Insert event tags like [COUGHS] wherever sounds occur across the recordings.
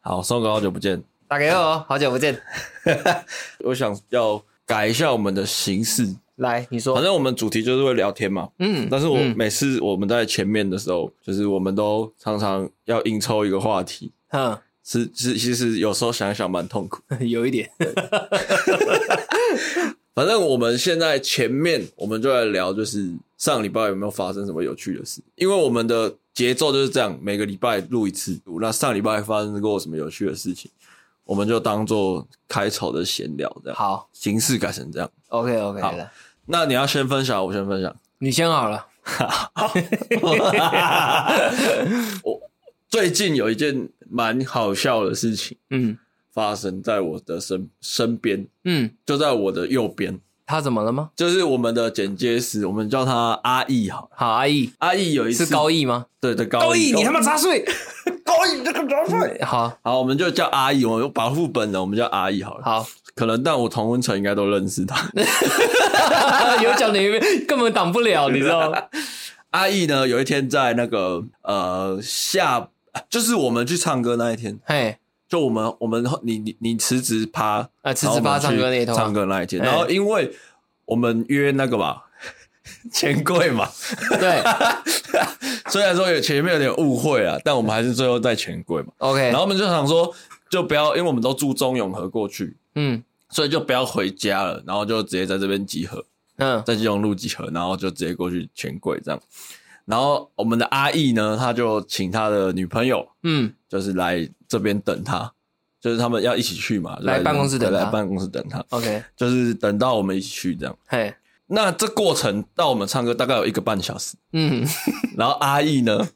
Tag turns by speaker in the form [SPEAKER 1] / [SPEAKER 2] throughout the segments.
[SPEAKER 1] 好，宋哥，好久不见。
[SPEAKER 2] 大家哦好，好久不见。
[SPEAKER 1] 我想要改一下我们的形式，
[SPEAKER 2] 来，你
[SPEAKER 1] 反
[SPEAKER 2] 说，
[SPEAKER 1] 正我们主题就是会聊天嘛。
[SPEAKER 2] 嗯
[SPEAKER 1] 但是我
[SPEAKER 2] 嗯 [LAUGHS]
[SPEAKER 1] 每次我们在前面的时候，就是我们都常常要硬抽一个话题，
[SPEAKER 2] 嗯，
[SPEAKER 1] 是是，其实有时候想一想蛮痛苦。
[SPEAKER 2] 有一点，
[SPEAKER 1] 反正我们现在前面我们就来聊，就是上礼拜有没有发生什么有趣的事？因为我们的节奏就是这样，每个礼拜录一次。那上礼拜发生过什么有趣的事情，我们就当做开头的闲聊，这样
[SPEAKER 2] 好
[SPEAKER 1] 形式改成这样。
[SPEAKER 2] ，OK OK，
[SPEAKER 1] 好
[SPEAKER 2] 了，
[SPEAKER 1] 那你要先分享，我先分
[SPEAKER 2] [LAUGHS]
[SPEAKER 1] 享。
[SPEAKER 2] 你先好了，
[SPEAKER 1] 我最近有一件蛮好笑的事情
[SPEAKER 2] 嗯
[SPEAKER 1] 发生在我的身身边，
[SPEAKER 2] 嗯，
[SPEAKER 1] 就在我的右边，
[SPEAKER 2] 他怎么了吗？
[SPEAKER 1] 就是我们的剪接师，我们叫他阿义好了。
[SPEAKER 2] 好，阿义
[SPEAKER 1] 阿义有一次
[SPEAKER 2] 是高义吗？
[SPEAKER 1] 对对高
[SPEAKER 2] 妈杂碎！
[SPEAKER 1] 高义这个人会。
[SPEAKER 2] 嗯好
[SPEAKER 1] 好，我们就叫阿义，我们把副本人我们叫阿义好了。
[SPEAKER 2] 好， [LAUGHS]
[SPEAKER 1] 可能但我同温层应该都认识他。
[SPEAKER 2] 有讲你根本挡不
[SPEAKER 1] [LAUGHS]
[SPEAKER 2] 了，你知道吗？
[SPEAKER 1] 阿义呢，有一天在那个呃下，就是我们去唱歌那一天，
[SPEAKER 2] 嘿，
[SPEAKER 1] 就我们我们你你你辞职趴
[SPEAKER 2] 啊辞职趴
[SPEAKER 1] 然后我们去
[SPEAKER 2] 唱歌那一头啊
[SPEAKER 1] 唱歌那一天，
[SPEAKER 2] 哎
[SPEAKER 1] 然后因为我们约那个嘛 [LAUGHS] 钱柜嘛，
[SPEAKER 2] 对
[SPEAKER 1] 虽然说有前面有点误会啊，但我们还是最后在钱柜嘛，
[SPEAKER 2] ，OK，
[SPEAKER 1] 然后我们就想说就不要，因为我们都住中永和过去，
[SPEAKER 2] 嗯
[SPEAKER 1] 所以就不要回家了，然后就直接在这边集合，
[SPEAKER 2] 嗯，
[SPEAKER 1] 在基隆路集合，然后就直接过去钱柜这样。然后我们的阿义呢，他就请他的女朋友，
[SPEAKER 2] 嗯，
[SPEAKER 1] 就是来这边等他，就是他们要一起去嘛，
[SPEAKER 2] 来办公室等他
[SPEAKER 1] 来办公室等他，
[SPEAKER 2] OK，
[SPEAKER 1] 就是等到我们一起去这样。
[SPEAKER 2] 嘿，
[SPEAKER 1] 那这过程到我们唱歌大概有一个半小时，
[SPEAKER 2] 嗯，
[SPEAKER 1] 然后阿义呢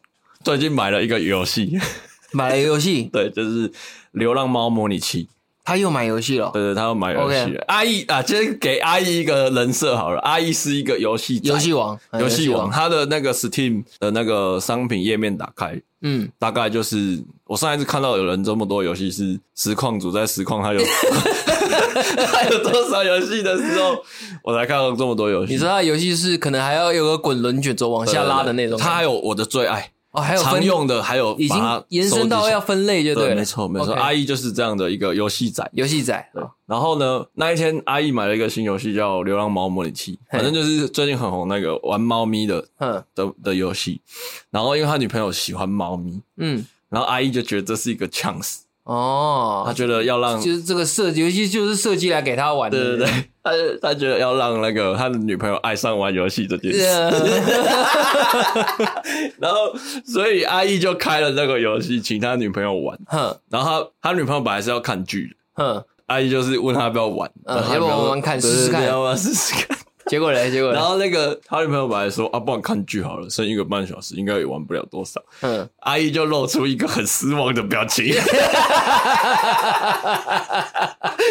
[SPEAKER 1] 最近买了一个游戏， [LAUGHS]
[SPEAKER 2] 买了一个游戏，
[SPEAKER 1] 对，就是《流浪猫模拟器》，
[SPEAKER 2] 他又买游戏了，
[SPEAKER 1] 对对，他要买游戏
[SPEAKER 2] OK。
[SPEAKER 1] 阿义啊，今天给阿义一个人设好了，阿义是一个游戏仔
[SPEAKER 2] 游戏王，嗯
[SPEAKER 1] 游戏王，，他的那个 Steam 的那个商品页面打开，
[SPEAKER 2] 嗯，
[SPEAKER 1] 大概就是我上一次看到有人这么多游戏是实况组在实况，他有
[SPEAKER 2] [LAUGHS]
[SPEAKER 1] 他有多少游戏的时候，我才看到这么多游戏。
[SPEAKER 2] 你说他的游戏是可能还要有个滚轮卷轴往
[SPEAKER 1] 对
[SPEAKER 2] 下拉的那种，
[SPEAKER 1] 他还有我的最爱，
[SPEAKER 2] 哦，还有
[SPEAKER 1] 常
[SPEAKER 2] 分
[SPEAKER 1] 用的，还有
[SPEAKER 2] 已经
[SPEAKER 1] 把它
[SPEAKER 2] 延伸到
[SPEAKER 1] 收集起来
[SPEAKER 2] 要分类就
[SPEAKER 1] 对，
[SPEAKER 2] 了，
[SPEAKER 1] 没错没错。
[SPEAKER 2] OK
[SPEAKER 1] 阿义就是这样的一个游戏仔。
[SPEAKER 2] 游戏仔，
[SPEAKER 1] 对，然后呢，那一天阿义买了一个新游戏叫《流浪猫模拟器》，
[SPEAKER 2] 嘿
[SPEAKER 1] 反正就是最近很红那个玩猫咪的
[SPEAKER 2] 嗯
[SPEAKER 1] 的的游戏。然后因为他女朋友喜欢猫咪，
[SPEAKER 2] 嗯，
[SPEAKER 1] 然后阿姨就觉得这是一个 chance，她
[SPEAKER 2] 哦，
[SPEAKER 1] 觉得要让
[SPEAKER 2] 就
[SPEAKER 1] 对
[SPEAKER 2] 是这个设计，游戏就是设计来给他玩的，
[SPEAKER 1] 对对， [LAUGHS] 她她觉得要让那个她的女朋友爱上玩游戏这件事，
[SPEAKER 2] 对，
[SPEAKER 1] [LAUGHS] 然后所以阿姨就开了那个游戏，请他女朋友玩。
[SPEAKER 2] [LAUGHS] 哼
[SPEAKER 1] 然后他他女朋友本来是要看剧的，
[SPEAKER 2] 哼，
[SPEAKER 1] 阿姨就是问他要不要玩，
[SPEAKER 2] 嗯
[SPEAKER 1] 然后她女朋友说
[SPEAKER 2] 要不要玩玩看
[SPEAKER 1] 对对
[SPEAKER 2] 试试看
[SPEAKER 1] 对要不要试试看。
[SPEAKER 2] 结果嘞，结果嘞
[SPEAKER 1] 然，后那个他女朋友本来说啊，不然看剧好了，剩一个半小时，应该也玩不了多少。
[SPEAKER 2] 嗯，
[SPEAKER 1] 阿姨就露出一个很失望的表情。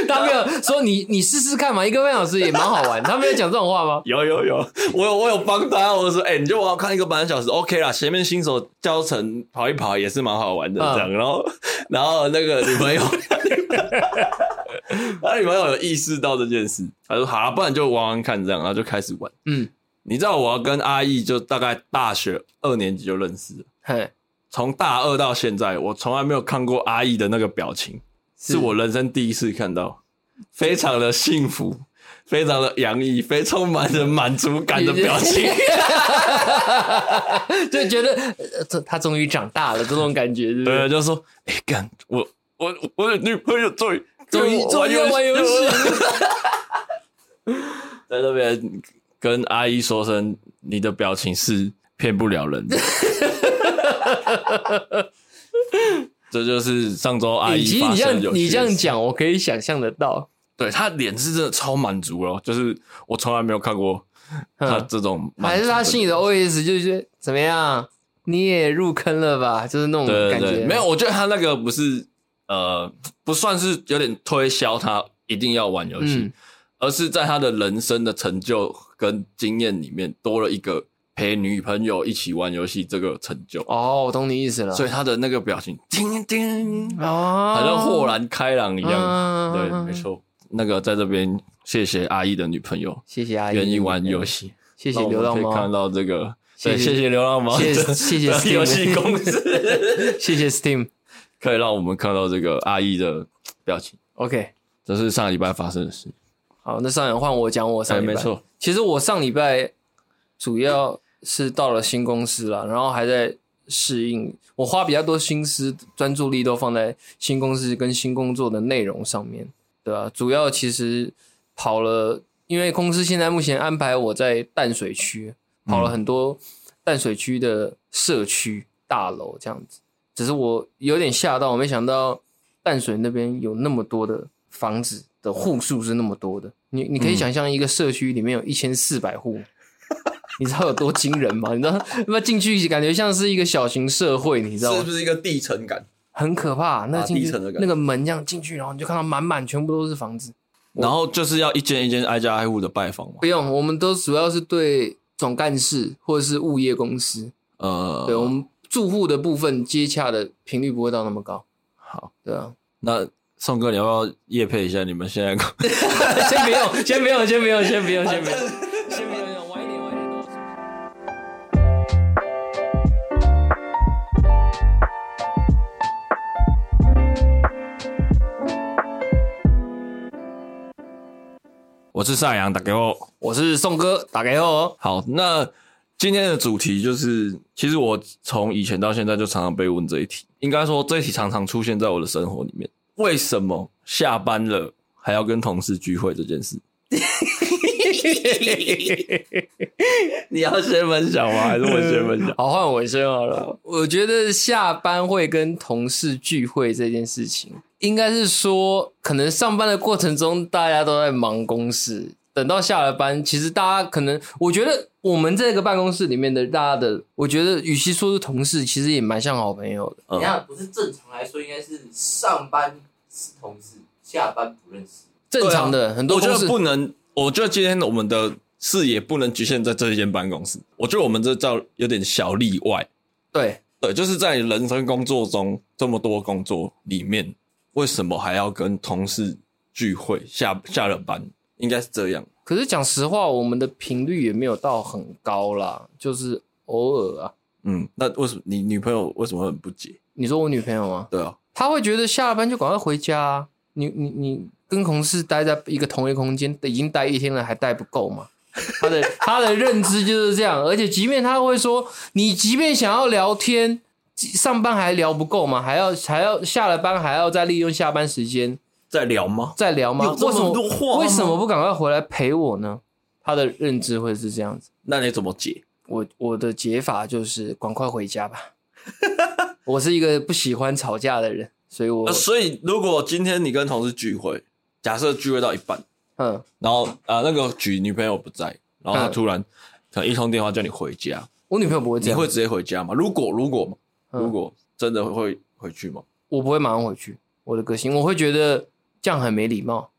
[SPEAKER 2] 他没有说你你试试看嘛，一个半小时也蛮好玩，他没有讲这种话吗？
[SPEAKER 1] 有有有，我有我有帮他，我说哎、你就往后看一个半小时，OK 啦，前面新手教程跑一跑也是蛮好玩的
[SPEAKER 2] 嗯
[SPEAKER 1] 这样，然后然后那个女朋友，他女朋友有意识到这件事，他说好啊、不然就玩玩看这样，然后就开始玩。
[SPEAKER 2] 嗯，
[SPEAKER 1] 你知道我跟阿义就大概大学二年级就认识了，
[SPEAKER 2] 嘿，
[SPEAKER 1] 从大二到现在，我从来没有看过阿义的那个表情，是我人生第一次看到，非常的幸福，非常的洋溢，非充满着满足感的表情。
[SPEAKER 2] 就觉得呃这他终于长大了这种感觉，是不是
[SPEAKER 1] [LAUGHS] 对，就说，哎、干，我我我的女朋友终于
[SPEAKER 2] 终于终于要玩游戏，
[SPEAKER 1] 在那边跟阿姨说声，你的表情是骗不了人的。 [LAUGHS] 这就是上周阿
[SPEAKER 2] 欸
[SPEAKER 1] 姨
[SPEAKER 2] 其实
[SPEAKER 1] 发
[SPEAKER 2] 你这
[SPEAKER 1] 生有
[SPEAKER 2] 样你这样
[SPEAKER 1] 趣的事，
[SPEAKER 2] 讲，我可以想象得到。
[SPEAKER 1] 对她脸是真的超满足了，就是我从来没有看过她
[SPEAKER 2] 嗯
[SPEAKER 1] 这种满足的，
[SPEAKER 2] 还是他心里的 OS 就是怎么样，你也入坑了
[SPEAKER 1] [LAUGHS]
[SPEAKER 2] 吧？就是那种
[SPEAKER 1] 对
[SPEAKER 2] 感
[SPEAKER 1] 对
[SPEAKER 2] 觉。
[SPEAKER 1] 对，没有，我觉得他那个不是呃，不算是有点推销他一定要玩游戏，
[SPEAKER 2] 嗯
[SPEAKER 1] 而是在他的人生的成就跟经验里面多了一个陪女朋友一起玩游戏这个成就，
[SPEAKER 2] 哦，我懂你意思了。
[SPEAKER 1] 所以他的那个表情叮叮，
[SPEAKER 2] 哦，
[SPEAKER 1] 好像豁然开朗一样。
[SPEAKER 2] 嗯
[SPEAKER 1] 对，没。错，那个在这边谢谢阿姨的女朋友
[SPEAKER 2] 谢谢阿姨，
[SPEAKER 1] 愿意玩游，戏，
[SPEAKER 2] 谢
[SPEAKER 1] 谢
[SPEAKER 2] 谢流浪
[SPEAKER 1] 看
[SPEAKER 2] 猫，
[SPEAKER 1] 到这个，
[SPEAKER 2] 谢
[SPEAKER 1] 对，谢
[SPEAKER 2] 谢
[SPEAKER 1] 谢流浪猫的， [LAUGHS]
[SPEAKER 2] 谢谢谢谢
[SPEAKER 1] 的
[SPEAKER 2] Steam
[SPEAKER 1] 游戏公司。 [LAUGHS]
[SPEAKER 2] 谢谢 Steam，
[SPEAKER 1] 可以让我们看到这个阿姨的表情。
[SPEAKER 2] OK，
[SPEAKER 1] 这是上礼拜发生的事。
[SPEAKER 2] 好，那上一换我讲我上礼拜、
[SPEAKER 1] 哎没错，
[SPEAKER 2] 其实我上礼拜主要是到了新公司了，然后还在适应，我花比较多心思、专注力都放在新公司跟新工作的内容上面，对吧、主要其实跑了，因为公司现在目前安排我在淡水区，跑了
[SPEAKER 1] 嗯
[SPEAKER 2] 很多淡水区的社区大楼这样子。只是我有点吓到，我没想到淡水那边有那么多的房子的户数是那么多的。你你可
[SPEAKER 1] 嗯
[SPEAKER 2] 以想象一个社区里面有一千四百户，你知道有多惊人吗？你知道那进去感觉像是一个小型社会，你知道吗？
[SPEAKER 1] 是一个地层感？
[SPEAKER 2] 很可怕。那
[SPEAKER 1] 啊
[SPEAKER 2] 进去、
[SPEAKER 1] 地层的感觉
[SPEAKER 2] 那个门这样进去，然后你就看到满满全部都是房子。
[SPEAKER 1] 然后就是要一间一间挨家挨户的拜访嘛。
[SPEAKER 2] 不用，我们都主要是对总干事或者是物业公司，
[SPEAKER 1] 呃，
[SPEAKER 2] 对我们住户的部分接洽的频率不会到那么高。
[SPEAKER 1] 好，
[SPEAKER 2] 对啊，
[SPEAKER 1] 那宋哥，你要不要夜配一下你们现在？
[SPEAKER 2] [LAUGHS] 先不用，先不用，先不用，先不用，先不用，先不用，晚一点，晚一点都。
[SPEAKER 1] [LAUGHS] 我是上阳，打给我。
[SPEAKER 2] 我是宋哥，打给 [LAUGHS] 哦。
[SPEAKER 1] 好，那今天的主题就是，其实我从以前到现在就常常被问这一题，应该说这一题常常出现在我的生活里面。为什么下班了还要跟同事聚会这件事？你要先分享吗？还是我先分享？
[SPEAKER 2] 好，换我先好了。我觉得下班会跟同事聚会这件事情，应该是说，可能上班的过程中大家都在忙公事，等到下了班，其实大家可能，我觉得我们这个办公室里面的大家的，我觉得与其说是同事，其实也蛮像好朋友的。
[SPEAKER 1] 嗯
[SPEAKER 3] 你看，不是正常来说，应该是上班是同事，下班不认识。
[SPEAKER 2] 正常的、 [LAUGHS] 很多
[SPEAKER 1] 啊我觉
[SPEAKER 2] 公
[SPEAKER 1] 得
[SPEAKER 2] 司
[SPEAKER 1] 不能，我觉得今天我们的视野不能局限在这一间办公室。我觉得我们这叫有点小例外。
[SPEAKER 2] 对
[SPEAKER 1] 对，就是在你人生工作中这么多工作里面，为什么还要跟同事聚会？下下了班应该是这样。
[SPEAKER 2] 可是讲实话，我们的频率也没有到很高啦，就是偶尔啊。
[SPEAKER 1] 嗯，那为什么你女朋友为什么会很不解？
[SPEAKER 2] 你说我女朋友吗？
[SPEAKER 1] 对啊，
[SPEAKER 2] 她会觉得下了班就赶快回家啊。你你你跟同事待在一个同一个空间，已经待一天了，还待不够吗？她的她的认知就是这样，而且即便她会说，你即便想要聊天，上班还聊不够吗？还要还要下了班还要再利用下班时间
[SPEAKER 1] 在聊吗？
[SPEAKER 2] 再聊吗？
[SPEAKER 1] 有这么
[SPEAKER 2] 为什么
[SPEAKER 1] 多话吗
[SPEAKER 2] 为什么不赶快回来陪我呢？她的认知会是这样子。
[SPEAKER 1] 那你怎么解？
[SPEAKER 2] 我我的解法就是赶快回家吧。 [LAUGHS] 我是一个不喜欢吵架的人，所以我
[SPEAKER 1] 那所以如果今天你跟同事聚会，假设聚会到一半，
[SPEAKER 2] 嗯，
[SPEAKER 1] 然后啊、呃那个局女朋友不在，然后她
[SPEAKER 2] 嗯
[SPEAKER 1] 突然可能一通电话叫你回家，
[SPEAKER 2] 我女朋友不会这
[SPEAKER 1] 你
[SPEAKER 2] 样，
[SPEAKER 1] 会直接回家吗？如果如果嘛，
[SPEAKER 2] 嗯
[SPEAKER 1] 如果真的会回去吗？
[SPEAKER 2] 我不会马上回去。我的个性，我会觉得这样很没礼貌。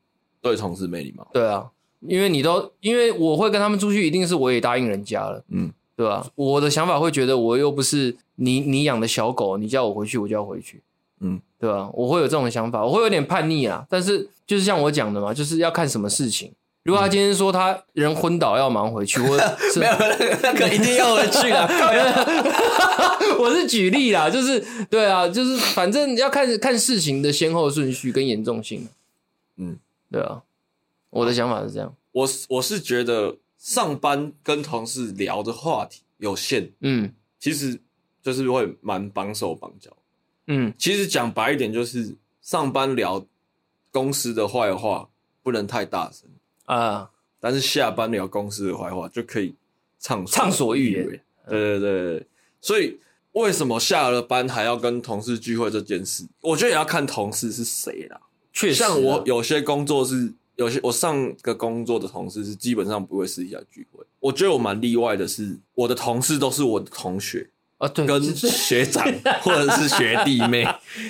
[SPEAKER 1] 对同事没礼貌。
[SPEAKER 2] 对啊，因为你都因为我会跟他们出去，一定是我也答应人家了，
[SPEAKER 1] 嗯，
[SPEAKER 2] 对吧、我的想法会觉得我又不是你你养的小狗，你叫我回去我就要回去，
[SPEAKER 1] 嗯，
[SPEAKER 2] 对吧、我会有这种想法，我会有点叛逆啊。但是就是像我讲的嘛，就是要看什么事情。如果他今天说他人昏倒要忙回去，
[SPEAKER 1] [LAUGHS]
[SPEAKER 2] 我是
[SPEAKER 1] 没有那个那个一定要回去了，靠呀
[SPEAKER 2] [LAUGHS] 我是举例啦，就是对啊，就是反正要看看事情的先后顺序跟严重性。
[SPEAKER 1] 嗯，
[SPEAKER 2] 对啊，我的想法是这样。
[SPEAKER 1] 我是我是觉得上班跟同事聊的话题有限，
[SPEAKER 2] 嗯
[SPEAKER 1] 其实就是会蛮绑手绑脚。
[SPEAKER 2] 嗯，
[SPEAKER 1] 其实讲白一点，就是上班聊公司的坏话不能太大声，
[SPEAKER 2] 啊，
[SPEAKER 1] 但是下班聊公司的坏话就可以畅
[SPEAKER 2] 畅所欲言。
[SPEAKER 1] 对对对对，所以为什么下了班还要跟同事聚会这件事，我觉得也要看同事是谁啦。
[SPEAKER 2] 确实啊、
[SPEAKER 1] 像我有些工作是有些我上个工作的同事是基本上不会私底下聚会。我觉得我蛮例外的是，我的同事都是我的同学、
[SPEAKER 2] 啊，对，
[SPEAKER 1] 跟
[SPEAKER 2] 是
[SPEAKER 1] 学
[SPEAKER 2] [LAUGHS]
[SPEAKER 1] 长或者是学弟妹，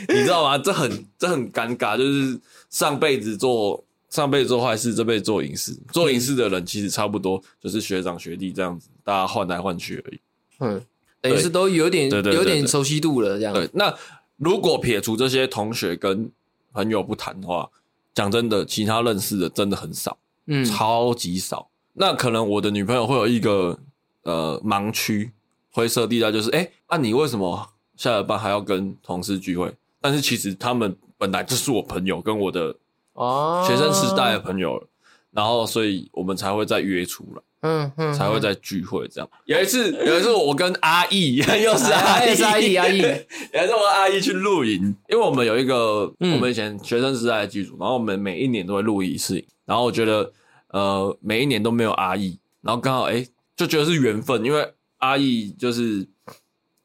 [SPEAKER 1] 你知道吗？这很这很尴尬，就是上辈子做上辈子做坏事，这辈子做影视，做影视的人其实差不多，就是学长学弟这样子，大家换来换去而已。
[SPEAKER 2] 嗯，等于是都有点
[SPEAKER 1] 对对对对
[SPEAKER 2] 有点熟悉度了，这样。
[SPEAKER 1] 对，那如果撇除这些同学跟朋友不谈的话，讲真的，其他认识的真的很少。
[SPEAKER 2] 嗯，
[SPEAKER 1] 超级少。那可能我的女朋友会有一个呃盲区、灰色地带，就是哎，诶啊你为什么下了班还要跟同事聚会？但是其实他们本来就是我朋友，跟我的
[SPEAKER 2] 哦，
[SPEAKER 1] 学生时代的，朋友了，然后所以我们才会再约出来。
[SPEAKER 2] 嗯嗯，
[SPEAKER 1] 才会在聚会这样。有一次，有一次我跟阿义， [LAUGHS] 又是阿
[SPEAKER 2] [LAUGHS] 哎
[SPEAKER 1] 义，
[SPEAKER 2] 又是阿义阿义
[SPEAKER 1] 有一次 [LAUGHS] 我跟阿义去露营，因为我们有一个、
[SPEAKER 2] 嗯
[SPEAKER 1] 我们以前学生时代的剧组，然后我们每一年都会露一次营，然后我觉得呃每一年都没有阿义，然后刚好哎、就觉得是缘分，因为阿义就是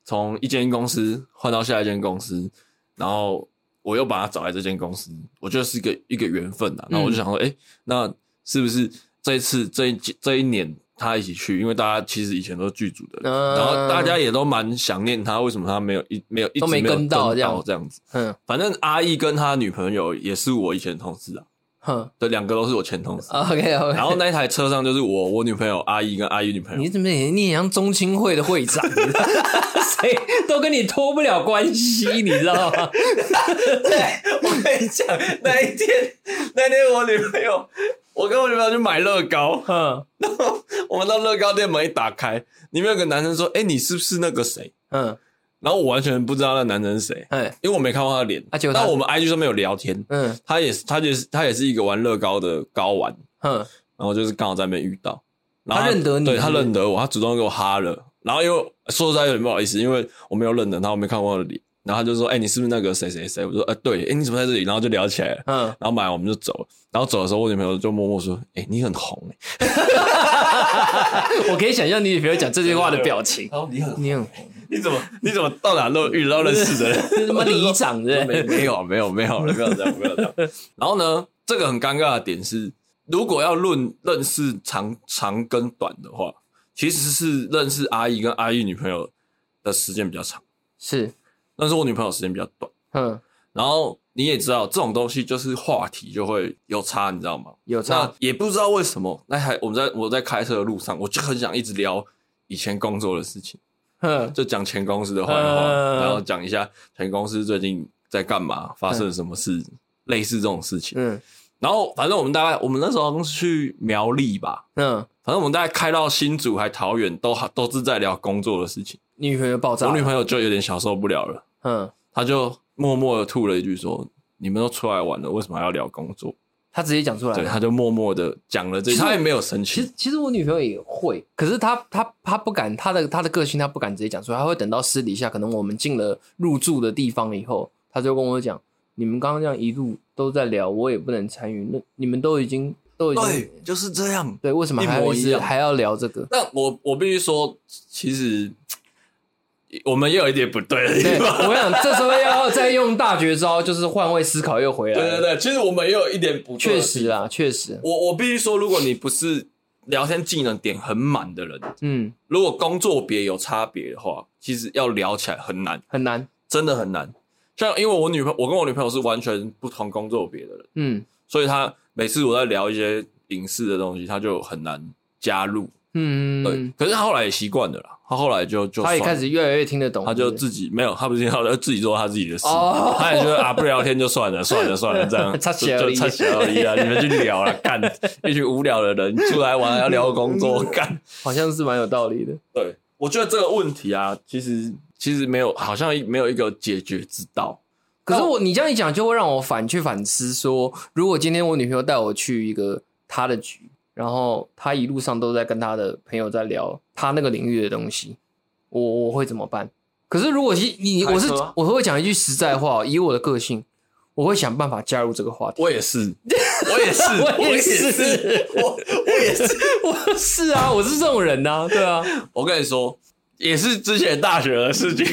[SPEAKER 1] 从一间公司换到下一间公司，然后我又把他找来这间公司，我觉得是一个一个缘分呐。然后我就想说，哎、那是不是这一次这一这一年他一起去？因为大家其实以前都是剧组的人，
[SPEAKER 2] 嗯
[SPEAKER 1] 然后大家也都蛮想念他，为什么他没有一没有一直
[SPEAKER 2] 都没
[SPEAKER 1] 有
[SPEAKER 2] 跟
[SPEAKER 1] 跟
[SPEAKER 2] 到这样
[SPEAKER 1] 这样子？
[SPEAKER 2] 嗯
[SPEAKER 1] 反正阿义跟他女朋友也是我以前的同事啊，
[SPEAKER 2] 哼
[SPEAKER 1] 对，两个都是我前同事。
[SPEAKER 2] ，OK 哦 OK，
[SPEAKER 1] 然后那一台车上就是我、我女朋友阿义跟阿义女朋友
[SPEAKER 2] 你，怎么也你也像中青会的会长，啊 [LAUGHS] 谁都跟你脱不了关系，你知道吗？ [LAUGHS]
[SPEAKER 1] 我跟你讲，那一天，那天我 [LAUGHS] 女朋友，我跟我女朋友去买乐高，
[SPEAKER 2] 嗯
[SPEAKER 1] 我们到乐高店门一打开，里面有个男生说：“哎、你是不是那个谁
[SPEAKER 2] 嗯，？”
[SPEAKER 1] 然后我完全不知道那男生是谁，
[SPEAKER 2] 哎
[SPEAKER 1] 因为我没看过他的脸。
[SPEAKER 2] 啊结果他
[SPEAKER 1] 但我们 IG 上面有聊天，
[SPEAKER 2] 嗯
[SPEAKER 1] 他也是，他也是，他也是一个玩乐高的高玩，
[SPEAKER 2] 哼，
[SPEAKER 1] 然后就是刚好在那边遇到，然后
[SPEAKER 2] 他认得你
[SPEAKER 1] 对
[SPEAKER 2] 是
[SPEAKER 1] 他
[SPEAKER 2] 不是
[SPEAKER 1] 认得我，他主动给我哈了。然后因为说实在有点不好意思，因为我没有认得他，我没看过他的脸。然后他就说：“哎、你是不是那个谁谁谁？”我说：“呃，对，哎、你怎么在这里？”然后就聊起来了。
[SPEAKER 2] 嗯， [LAUGHS]
[SPEAKER 1] 然后买完我们就走了，然后走的时候，我女朋友就默默说：“哎、你很红、欸，
[SPEAKER 2] 我可以想象你女朋友讲这句话的表情，
[SPEAKER 1] 然后你很，
[SPEAKER 2] 哦你很
[SPEAKER 1] 你怎么你怎么到哪都遇到认识的人？ [LAUGHS]
[SPEAKER 2] 这他妈里长对不
[SPEAKER 1] 没
[SPEAKER 2] 对？
[SPEAKER 1] 没有没有没有了，不要这样不要这样。然后呢，这个很尴尬的点是，如果要论认识长长跟短的话，其实是认识阿姨跟阿姨女朋友的时间比较长，
[SPEAKER 2] 是，
[SPEAKER 1] 但是我女朋友时间比较短。
[SPEAKER 2] 嗯，
[SPEAKER 1] 然后你也知道，这种东西就是话题就会有差，你知道吗？
[SPEAKER 2] 有
[SPEAKER 1] 那
[SPEAKER 2] 差，
[SPEAKER 1] 也不知道为什么，那还我们在我在开车的路上，我就很想一直聊以前工作的事情，
[SPEAKER 2] 嗯
[SPEAKER 1] 就讲前公司的坏话，
[SPEAKER 2] 嗯
[SPEAKER 1] 然后讲一下前公司最近在干嘛，发生了什么事，类似这种事情。
[SPEAKER 2] 嗯
[SPEAKER 1] 然后反正我们大概我们那时候好像是去苗栗吧，
[SPEAKER 2] 嗯，
[SPEAKER 1] 反正我们大概开到新竹还桃园，都都是在聊工作的事情。
[SPEAKER 2] 你女朋友爆炸，
[SPEAKER 1] 我女朋友就有点小受不了了，
[SPEAKER 2] 嗯，
[SPEAKER 1] 她就默默的吐了一句说：“你们都出来玩了，为什么还要聊工作？”
[SPEAKER 2] 她直接讲出来
[SPEAKER 1] 对，
[SPEAKER 2] 了。
[SPEAKER 1] 她就默默的讲了这，
[SPEAKER 2] 其实
[SPEAKER 1] 她也没有生气
[SPEAKER 2] 其实。其实我女朋友也会，可是她她她不敢，她的她的个性她不敢直接讲出来，她会等到私底下，可能我们进了入住的地方以后，她就跟我讲，你们刚刚这样一路都在聊，我也不能参与，那你们都已经都已经
[SPEAKER 1] 对，就是这样。
[SPEAKER 2] 对为什么还
[SPEAKER 1] 一
[SPEAKER 2] 要
[SPEAKER 1] 模
[SPEAKER 2] 一
[SPEAKER 1] 一
[SPEAKER 2] 直
[SPEAKER 1] 样
[SPEAKER 2] 还要聊这个？
[SPEAKER 1] 但我我必须说，其实我们也有一点不对的
[SPEAKER 2] 对，
[SPEAKER 1] 地方。
[SPEAKER 2] 我想这时候要再用大绝招，就是换位思考又回来
[SPEAKER 1] 对
[SPEAKER 2] 了。
[SPEAKER 1] 对对，其实我们也有一点不对
[SPEAKER 2] 确
[SPEAKER 1] 的地方
[SPEAKER 2] 实，啊，确实，
[SPEAKER 1] 我我必须说，如果你不是聊天技能点很满的人，
[SPEAKER 2] 嗯，
[SPEAKER 1] 如果工作别有差别的话，其实要聊起来很难，
[SPEAKER 2] 很难，
[SPEAKER 1] 真的很难。像因为我女朋我跟我女朋友是完全不同工作别的人，
[SPEAKER 2] 嗯
[SPEAKER 1] 所以她每次我在聊一些影视的东西，她就很难加入。
[SPEAKER 2] 嗯，
[SPEAKER 1] 对，可是她后来也习惯了啦，她后来就就
[SPEAKER 2] 她也
[SPEAKER 1] 算了
[SPEAKER 2] 开始越来越听得懂，
[SPEAKER 1] 他
[SPEAKER 2] 是
[SPEAKER 1] 就
[SPEAKER 2] 不是
[SPEAKER 1] 自己没有，他不是他自己做他自己的事，
[SPEAKER 2] 哦
[SPEAKER 1] [LAUGHS] 他也觉得啊不聊天就算了，算了算了，这
[SPEAKER 2] [LAUGHS]
[SPEAKER 1] 样
[SPEAKER 2] 插
[SPEAKER 1] 就
[SPEAKER 2] 旗而
[SPEAKER 1] 就
[SPEAKER 2] 已
[SPEAKER 1] 差小而已
[SPEAKER 2] [LAUGHS]
[SPEAKER 1] 啊，你们去聊了，干一群无聊的人出来玩还要聊工作，
[SPEAKER 2] 嗯
[SPEAKER 1] 干。
[SPEAKER 2] 好像是蛮有道理的。
[SPEAKER 1] 对，我觉得这个问题啊，其实其实没有，好像没有一个解决之道。
[SPEAKER 2] 可是我你这样一讲，就会让我反去反思说，如果今天我女朋友带我去一个她的局，然后她一路上都在跟她的朋友在聊她那个领域的东西，我我会怎么办？可是如果是你，
[SPEAKER 1] 开车啊
[SPEAKER 2] 我是我会讲一句实在话，以我的个性，我会想办法加入这个话题。
[SPEAKER 1] 我也是，我也是，
[SPEAKER 2] [LAUGHS]
[SPEAKER 1] [LAUGHS]
[SPEAKER 2] 我
[SPEAKER 1] 我
[SPEAKER 2] 也
[SPEAKER 1] 也
[SPEAKER 2] 是
[SPEAKER 1] 是，我我也是。
[SPEAKER 2] 我是啊，我是这种人呐、对啊，
[SPEAKER 1] 我跟你说，也是之前大学的事情。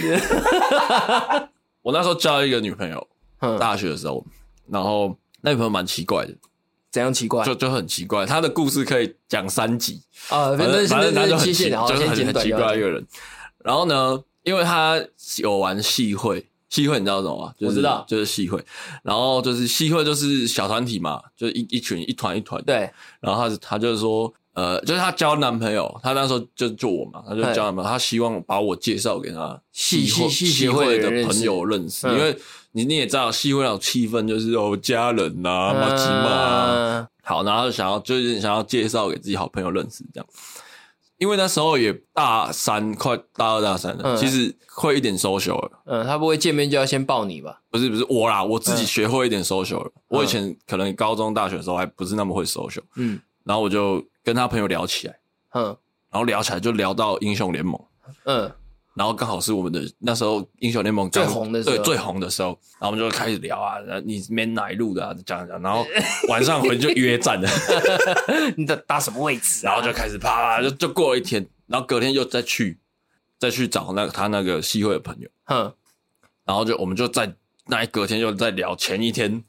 [SPEAKER 1] 我那时候交一个女朋友，[LAUGHS]
[SPEAKER 2] 嗯，
[SPEAKER 1] 大学的时候，然后那女朋友蛮奇怪的。
[SPEAKER 2] 怎样奇怪
[SPEAKER 1] 就就很奇怪，他的故事可以讲三集，
[SPEAKER 2] 啊？
[SPEAKER 1] 反正
[SPEAKER 2] 正
[SPEAKER 1] 反正他
[SPEAKER 2] 那
[SPEAKER 1] 就很
[SPEAKER 2] 谢谢，
[SPEAKER 1] 奇，
[SPEAKER 2] 然后
[SPEAKER 1] 就是
[SPEAKER 2] 先
[SPEAKER 1] 很
[SPEAKER 2] 简
[SPEAKER 1] 很
[SPEAKER 2] 短
[SPEAKER 1] 奇
[SPEAKER 2] 就
[SPEAKER 1] 怪
[SPEAKER 2] 好
[SPEAKER 1] 一个人。然后呢，因为他有玩戏会，戏会你知道什么吗？就是、
[SPEAKER 2] 我知道
[SPEAKER 1] 就是戏会。然后就是戏会就是小团体嘛，就是一一群一团一团。。
[SPEAKER 2] 对，
[SPEAKER 1] 然后他他就是说，呃，就是他交男朋友，他那时候就就我嘛，他就交男朋友，他希望把我介绍给他
[SPEAKER 2] 戏
[SPEAKER 1] 戏
[SPEAKER 2] 戏戏
[SPEAKER 1] 戏
[SPEAKER 2] 会
[SPEAKER 1] 会
[SPEAKER 2] 的
[SPEAKER 1] 的
[SPEAKER 2] 认识
[SPEAKER 1] 朋友认识，
[SPEAKER 2] 嗯
[SPEAKER 1] 因为你你也知道戏会那种气氛就是哦家人呐、啊、
[SPEAKER 2] 嗯
[SPEAKER 1] 妈吉嘛啊。好，然后想要就是想要介绍给自己好朋友认识这样。因为那时候也大三，快大二大三了，
[SPEAKER 2] 嗯
[SPEAKER 1] 其实会一点 social 了。
[SPEAKER 2] 嗯，他不会见面就要先抱你吧？
[SPEAKER 1] 不是不是我啦，我
[SPEAKER 2] 嗯
[SPEAKER 1] 自己学会一点 social 了。我以前可能高中、大学的时候还不是那么会 social，
[SPEAKER 2] 嗯
[SPEAKER 1] 然后我就跟他朋友聊起来，
[SPEAKER 2] 嗯
[SPEAKER 1] 然后聊起来就聊到英雄联盟，
[SPEAKER 2] 嗯
[SPEAKER 1] 然后刚好是我们的那时候英雄联盟刚
[SPEAKER 2] 最红的时候
[SPEAKER 1] 对最红的时候，然后我们就开始聊啊，然后你们哪一路的、啊、讲讲，然后晚上回去就约战了，
[SPEAKER 2] [LAUGHS] 你打打什么位置啊
[SPEAKER 1] 然后就开始啪啪就就过了一天，然后隔天又再去再去找那他那个系会的朋友，
[SPEAKER 2] 哼，
[SPEAKER 1] 然后就我们就在那一隔天又在聊前一天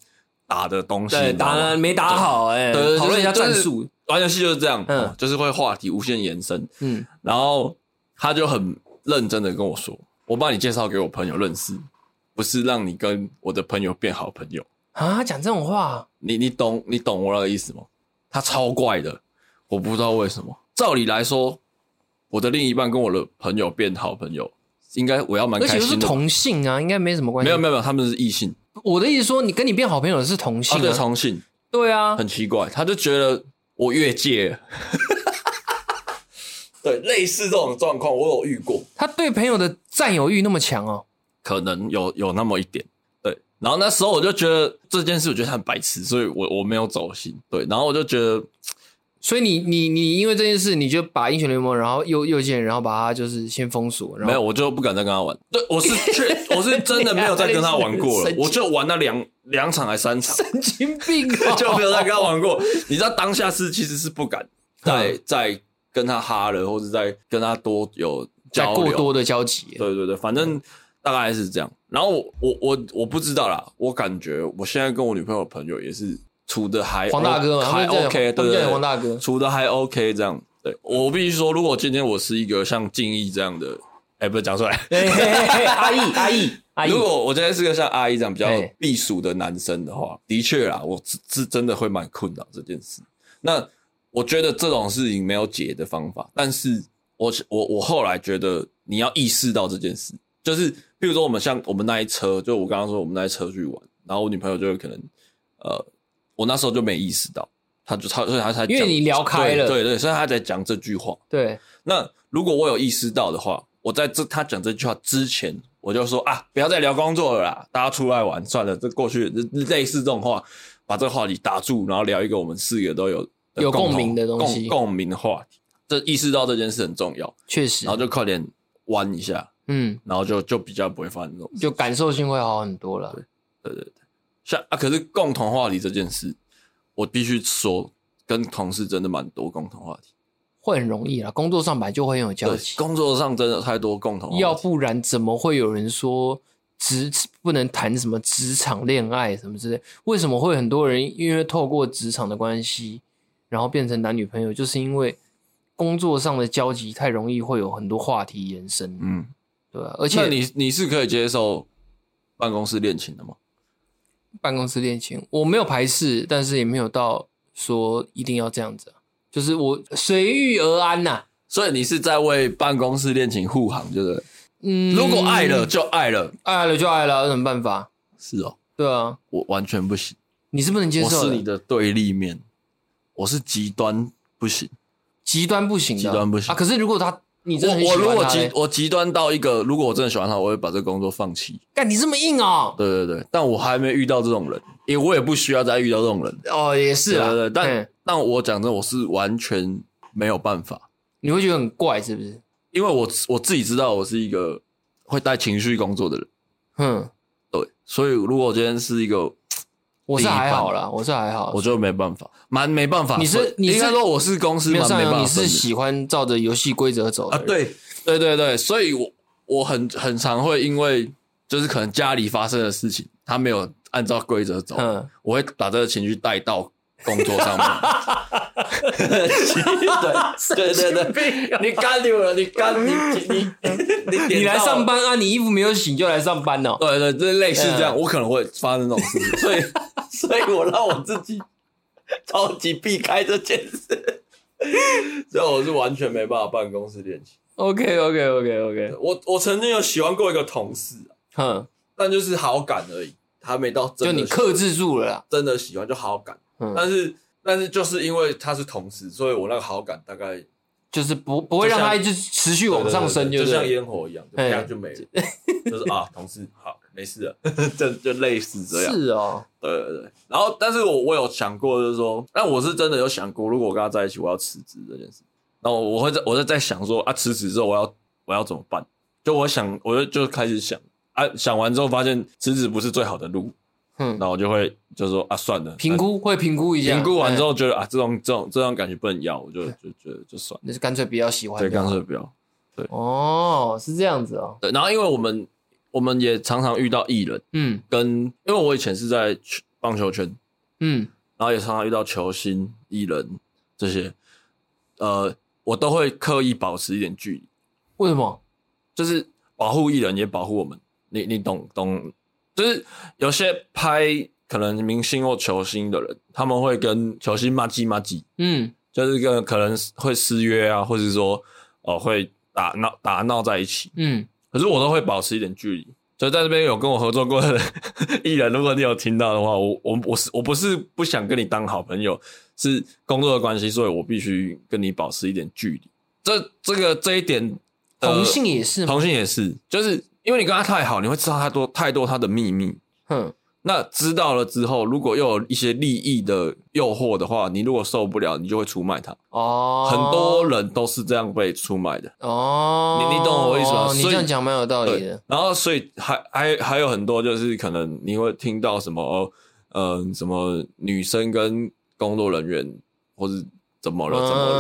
[SPEAKER 1] 打的东西，
[SPEAKER 2] 对，
[SPEAKER 1] 你知道吗
[SPEAKER 2] 打了没打好哎、
[SPEAKER 1] 对对
[SPEAKER 2] 讨论一下
[SPEAKER 1] 就是
[SPEAKER 2] 战术。
[SPEAKER 1] 玩游戏就是这样，
[SPEAKER 2] 嗯
[SPEAKER 1] 嗯，就是会话题无限延伸。
[SPEAKER 2] 嗯
[SPEAKER 1] 然后他就很认真的跟我说：“我把你介绍给我朋友认识，不是让你跟我的朋友变好朋友。
[SPEAKER 2] 啊，讲这种话，
[SPEAKER 1] 你你懂你懂我的意思吗？”他超怪的，我不知道为什么。照理来说，我的另一半跟我的朋友变好朋友，应该我要蛮
[SPEAKER 2] 而且
[SPEAKER 1] 开
[SPEAKER 2] 又是
[SPEAKER 1] 心的。
[SPEAKER 2] 同性啊，应该没什么关系。
[SPEAKER 1] 没有没有没有，他们是异性，
[SPEAKER 2] 有，我的意思说，你跟你变好朋友的是同性、
[SPEAKER 1] 他
[SPEAKER 2] 啊，
[SPEAKER 1] 对同性
[SPEAKER 2] 对啊，
[SPEAKER 1] 很奇怪，他就觉得我越界了。 [LAUGHS] 对，类似这种状况我有遇过。
[SPEAKER 2] 他对朋友的占有欲那么强哦。
[SPEAKER 1] 可能有有那么一点。对，然后那时候我就觉得这件事，我觉得他很白痴，所以我我没有走心。对，然后我就觉得
[SPEAKER 2] 所以你你你因为这件事，你就把英雄联盟，然后右右键，然后把它就是先封锁，然后
[SPEAKER 1] 没有，我就不敢再跟他玩。对，我是
[SPEAKER 2] [LAUGHS]
[SPEAKER 1] 确，我是真的没有再跟他玩过了
[SPEAKER 2] 神，经
[SPEAKER 1] 我就玩那两两场还三
[SPEAKER 2] [LAUGHS]
[SPEAKER 1] 场，，
[SPEAKER 2] 神经病、哦 [LAUGHS]
[SPEAKER 1] 就没有再跟他玩过。你知道当下是其实是不敢
[SPEAKER 2] 嗯
[SPEAKER 1] 再再跟他哈了，或者再跟他多有
[SPEAKER 2] 再
[SPEAKER 1] 交
[SPEAKER 2] 过
[SPEAKER 1] 流。
[SPEAKER 2] 多嗯的交集。
[SPEAKER 1] 对对对，反正大概是这样。然后我我我我不知道啦，我感觉我现在跟我女朋友的朋友也是处的还
[SPEAKER 2] 黄大哥嘛，他
[SPEAKER 1] 还
[SPEAKER 2] 们叫
[SPEAKER 1] OK，
[SPEAKER 2] 他
[SPEAKER 1] 对
[SPEAKER 2] 们
[SPEAKER 1] 对
[SPEAKER 2] 叫你
[SPEAKER 1] 对，
[SPEAKER 2] 黄大哥。
[SPEAKER 1] 处的还 OK 这样。对我必须说，如果今天我是一个像静怡这样的，哎，不是讲出来，
[SPEAKER 2] [LAUGHS] 嘿嘿嘿嘿阿义阿义阿义
[SPEAKER 1] 如，果我今天是个像阿姨这样比较
[SPEAKER 2] 哎
[SPEAKER 1] 避暑的男生的话，的确啦，我是是真的会蛮困扰这件事。那我觉得这种事情没有解的方法，但是我我我后来觉得你要意识到这件事，就是比如说我们像我们那一车，就我刚刚说我们那一车去玩，然后我女朋友就有可能，呃，我那时候就没意识到，她就她所以她才讲
[SPEAKER 2] 因为你聊开了
[SPEAKER 1] 对对对，所以她才讲这句话。
[SPEAKER 2] 对，
[SPEAKER 1] 那如果我有意识到的话，我在这他讲这句话之前，我就说啊，不要再聊工作了啦，大家出来玩算了，这过去类似这种话，把这个话题打住，然后聊一个我们四个都有的
[SPEAKER 2] 有
[SPEAKER 1] 同
[SPEAKER 2] 共鸣的东西
[SPEAKER 1] 共共鸣的话题。这意识到这件事很重要，
[SPEAKER 2] 确实
[SPEAKER 1] 然，后就快点弯一下，
[SPEAKER 2] 嗯，
[SPEAKER 1] 然后就就比较不会发生这种事。
[SPEAKER 2] 就感受性会好很多了。
[SPEAKER 1] 像啊，可是共同话题这件事，我必须说，跟同事真的蛮多共同话题，
[SPEAKER 2] 会很容易啦，工作上本来就会很有交
[SPEAKER 1] 对，
[SPEAKER 2] 集，
[SPEAKER 1] 工作上真的太多共同话题。
[SPEAKER 2] 要不然怎么会有人说职不能谈什么职场恋爱什么之类？为什么会很多人因为透过职场的关系，然后变成男女朋友，就是因为工作上的交集太容易会有很多话题延伸，
[SPEAKER 1] 嗯，
[SPEAKER 2] 对吧、而
[SPEAKER 1] 那
[SPEAKER 2] 且
[SPEAKER 1] 你你是可以接受办公室恋情的吗？
[SPEAKER 2] 办公室恋情，我没有排斥，但是也没有到说一定要这样子啊，就是我随遇而安呐、
[SPEAKER 1] 所以你是在为办公室恋情护航，对不对？
[SPEAKER 2] 嗯，
[SPEAKER 1] 如果爱了，就爱了，
[SPEAKER 2] 爱了就爱了，有什么办法？
[SPEAKER 1] 是哦，
[SPEAKER 2] 对啊，
[SPEAKER 1] 我完全不行，
[SPEAKER 2] 你是不能接
[SPEAKER 1] 我是
[SPEAKER 2] 受
[SPEAKER 1] 你的对立面，我是极端不行。
[SPEAKER 2] 极端不行的，
[SPEAKER 1] 极端不行
[SPEAKER 2] 啊！可是如果他，你真
[SPEAKER 1] 我
[SPEAKER 2] 的很喜
[SPEAKER 1] 我
[SPEAKER 2] 欢
[SPEAKER 1] 如果
[SPEAKER 2] 他欸
[SPEAKER 1] 极
[SPEAKER 2] 嘞
[SPEAKER 1] 我极端到一个，如果我真的喜欢他，我会把这工作放弃。
[SPEAKER 2] 干你这么硬哦，
[SPEAKER 1] 对对对，但我还没遇到这种人，也我也不需要再遇到这种人。
[SPEAKER 2] 哦也是啊，
[SPEAKER 1] 对对对，但、
[SPEAKER 2] 嗯
[SPEAKER 1] 但我讲真，我是完全没有办法，
[SPEAKER 2] 你会觉得很怪是不是？
[SPEAKER 1] 因为我我自己知道我是一个会带情绪工作的人。
[SPEAKER 2] 哼，
[SPEAKER 1] 对，所以如果我今天是一个，
[SPEAKER 2] 我是还好
[SPEAKER 1] 另一
[SPEAKER 2] 啦，我是还好，
[SPEAKER 1] 我就没办法，蛮没办法分。
[SPEAKER 2] 你是你是
[SPEAKER 1] 应该说我是公司
[SPEAKER 2] 没
[SPEAKER 1] 蛮
[SPEAKER 2] 有上
[SPEAKER 1] 没办法
[SPEAKER 2] 扬，你
[SPEAKER 1] 分
[SPEAKER 2] 是
[SPEAKER 1] 的
[SPEAKER 2] 喜欢照着游戏规则走的
[SPEAKER 1] 啊，
[SPEAKER 2] 人，
[SPEAKER 1] 对对对对，所以我我很很常会因为就是可能家里发生的事情，他没有按照规则走，
[SPEAKER 2] 嗯，
[SPEAKER 1] 我会把这个情绪带到工作上 [LAUGHS] 面。对对对对，你干掉了，你干你你啊 [LAUGHS] 你你
[SPEAKER 2] 你来上
[SPEAKER 1] 班。
[SPEAKER 2] 班啊，你衣服没有洗你就来上班哦，
[SPEAKER 1] 对对，这类似这样，
[SPEAKER 2] 嗯
[SPEAKER 1] 我可能会发生这种事情，所以 [LAUGHS] 所以我让我自己超级避开这件事，所以我是完全没办法办公室恋情。
[SPEAKER 2] OK OK OK OK，
[SPEAKER 1] 我我曾经有喜欢过一个同事，啊
[SPEAKER 2] 哼，
[SPEAKER 1] 但就是好感而已，还没到真的
[SPEAKER 2] 就你
[SPEAKER 1] 喜
[SPEAKER 2] 克制住了啦，
[SPEAKER 1] 真的喜欢就好感，
[SPEAKER 2] 嗯
[SPEAKER 1] 但是但是就是因为他是同事，所以我那个好感大概
[SPEAKER 2] 就是不不会让它一直持续往上升，
[SPEAKER 1] 对对对就像
[SPEAKER 2] 是
[SPEAKER 1] 烟火一样，就
[SPEAKER 2] 哎
[SPEAKER 1] 啪就没了，就是啊，同事好没事了， [LAUGHS] 就就类似这样。
[SPEAKER 2] 是哦，
[SPEAKER 1] 对对对。然后，但是我我有想过，就是说，但我是真的有想过，如果我跟他在一起，我要辞职这件事。然后我会在我在在想说啊，辞职之后我要我要怎么办？就我想，我就就开始想啊，想完之后发现辞职不是最好的路，
[SPEAKER 2] 嗯
[SPEAKER 1] 那我就会就说啊，算了，
[SPEAKER 2] 评估会评估一下，哎
[SPEAKER 1] 评估完之
[SPEAKER 2] 后，
[SPEAKER 1] 后觉得啊，这种这种这种感觉不能要，我就就觉得就算了，
[SPEAKER 2] 那就干脆比较喜欢
[SPEAKER 1] 对，
[SPEAKER 2] 就好
[SPEAKER 1] 干脆不要。
[SPEAKER 2] 哦，是这样子哦，
[SPEAKER 1] 对，然后因为我们我们也常常遇到艺人，
[SPEAKER 2] 嗯
[SPEAKER 1] 跟因为我以前是在球棒球圈，
[SPEAKER 2] 嗯
[SPEAKER 1] 然后也常常遇到球星、艺人这些，呃，我都会刻意保持一点距离，
[SPEAKER 2] 为什么？
[SPEAKER 1] 就是保护艺人也保护我们。你你懂懂，就是有些拍可能明星或球星的人，他们会跟球星骂鸡骂鸡，
[SPEAKER 2] 嗯
[SPEAKER 1] 就是跟可能会失约啊，或是说哦、呃会打闹打闹在一起。
[SPEAKER 2] 嗯，
[SPEAKER 1] 可是我都会保持一点距离。所以在这边有跟我合作过的艺人， [LAUGHS] 如果你有听到的话，我我我是我不是不想跟你当好朋友，是工作的关系，所以我必须跟你保持一点距离。这这个这一点，呃
[SPEAKER 2] 同性也是吗？
[SPEAKER 1] 同性也是，就是因为你跟他太好，你会知道太多太多他的秘密。
[SPEAKER 2] 哼，
[SPEAKER 1] 那知道了之后，如果又有一些利益的诱惑的话，你如果受不了，你就会出卖他。
[SPEAKER 2] 哦，
[SPEAKER 1] 很多人都是这样被出卖的。
[SPEAKER 2] 哦，
[SPEAKER 1] 你你懂我意思吗
[SPEAKER 2] 哦你
[SPEAKER 1] 所
[SPEAKER 2] 这
[SPEAKER 1] 以
[SPEAKER 2] 样讲蛮有道理
[SPEAKER 1] 对
[SPEAKER 2] 的，，
[SPEAKER 1] 然后所以还还还有很多就是可能你会听到什么哦呃什么女生跟工作人员或是怎么了怎么了，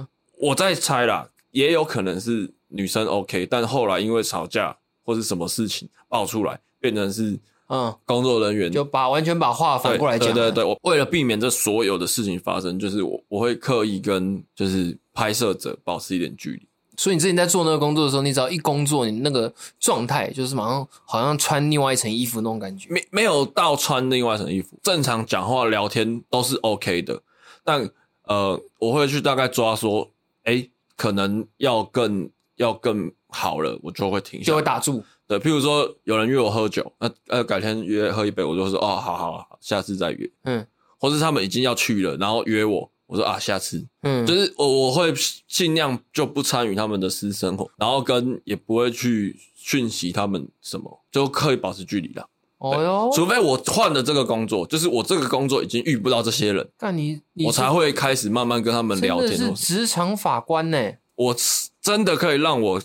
[SPEAKER 2] 嗯，
[SPEAKER 1] 我在猜啦，也有可能是女生 OK，但后来因为吵架或是什么事情爆出来，变成是
[SPEAKER 2] 嗯，
[SPEAKER 1] 工作人员
[SPEAKER 2] 就把完全把话
[SPEAKER 1] 对
[SPEAKER 2] 反过来讲，
[SPEAKER 1] 对对对，我为了避免这所有的事情发生，就是我我会刻意跟就是拍摄者保持一点距离。
[SPEAKER 2] 所以你之前在做那个工作的时候，你只要一工作，你那个状态就是马上好像穿另外一层衣服那种感觉。
[SPEAKER 1] 没没有到穿另外一层衣服，正常讲话聊天都是 OK 的。但呃，我会去大概抓说，哎、可能要更要更好了，我就会停下
[SPEAKER 2] 就
[SPEAKER 1] 来。
[SPEAKER 2] 会打住，
[SPEAKER 1] 对，譬如说有人约我喝酒，那呃改天约喝一杯，我就说哦，好好好，下次再约。
[SPEAKER 2] 嗯
[SPEAKER 1] 或是他们已经要去了，然后约我，我说啊，下次。
[SPEAKER 2] 嗯，
[SPEAKER 1] 就是我我会尽量就不参与他们的私生活，然后跟也不会去讯息他们什么，就刻意保持距离啦。
[SPEAKER 2] 哦哟，
[SPEAKER 1] 除非我换了这个工作，就是我这个工作已经遇不到这些人，
[SPEAKER 2] 但你你
[SPEAKER 1] 我才会开始慢慢跟他们
[SPEAKER 2] 真
[SPEAKER 1] 聊
[SPEAKER 2] 的
[SPEAKER 1] 天。
[SPEAKER 2] 是
[SPEAKER 1] 或是
[SPEAKER 2] 职场法官呢、
[SPEAKER 1] 我真的可以让我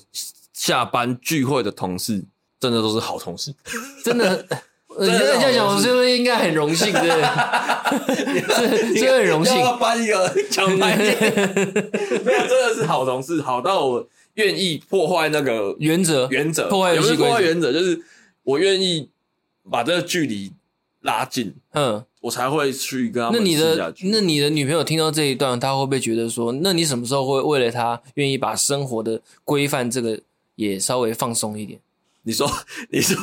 [SPEAKER 1] 下班聚会的同事，真的都是好同事。
[SPEAKER 2] 真的。
[SPEAKER 1] [LAUGHS]
[SPEAKER 2] 呃
[SPEAKER 1] 真
[SPEAKER 2] 你
[SPEAKER 1] 的
[SPEAKER 2] 这样讲，
[SPEAKER 1] 好
[SPEAKER 2] 我
[SPEAKER 1] 荣幸
[SPEAKER 2] 是不是应该很荣幸？对，
[SPEAKER 1] [LAUGHS]
[SPEAKER 2] 这这很荣幸。
[SPEAKER 1] 颁一个奖牌， [LAUGHS] 没有，真的是好同事，好到我愿意破坏那个
[SPEAKER 2] 原则，
[SPEAKER 1] 原则，
[SPEAKER 2] 破坏游
[SPEAKER 1] 也不
[SPEAKER 2] 戏
[SPEAKER 1] 是
[SPEAKER 2] 规
[SPEAKER 1] 破坏
[SPEAKER 2] 则
[SPEAKER 1] 原则，就是我愿意把这个距离拉近，
[SPEAKER 2] 嗯，
[SPEAKER 1] 我才会去跟他
[SPEAKER 2] 那
[SPEAKER 1] 们
[SPEAKER 2] 你
[SPEAKER 1] 私下
[SPEAKER 2] 的
[SPEAKER 1] 去
[SPEAKER 2] 那你的女朋友听到这一段，她会不会觉得说，那你什么时候会为了她愿意把生活的规范这个也稍微放松一点？
[SPEAKER 1] 你说 [LAUGHS] 你说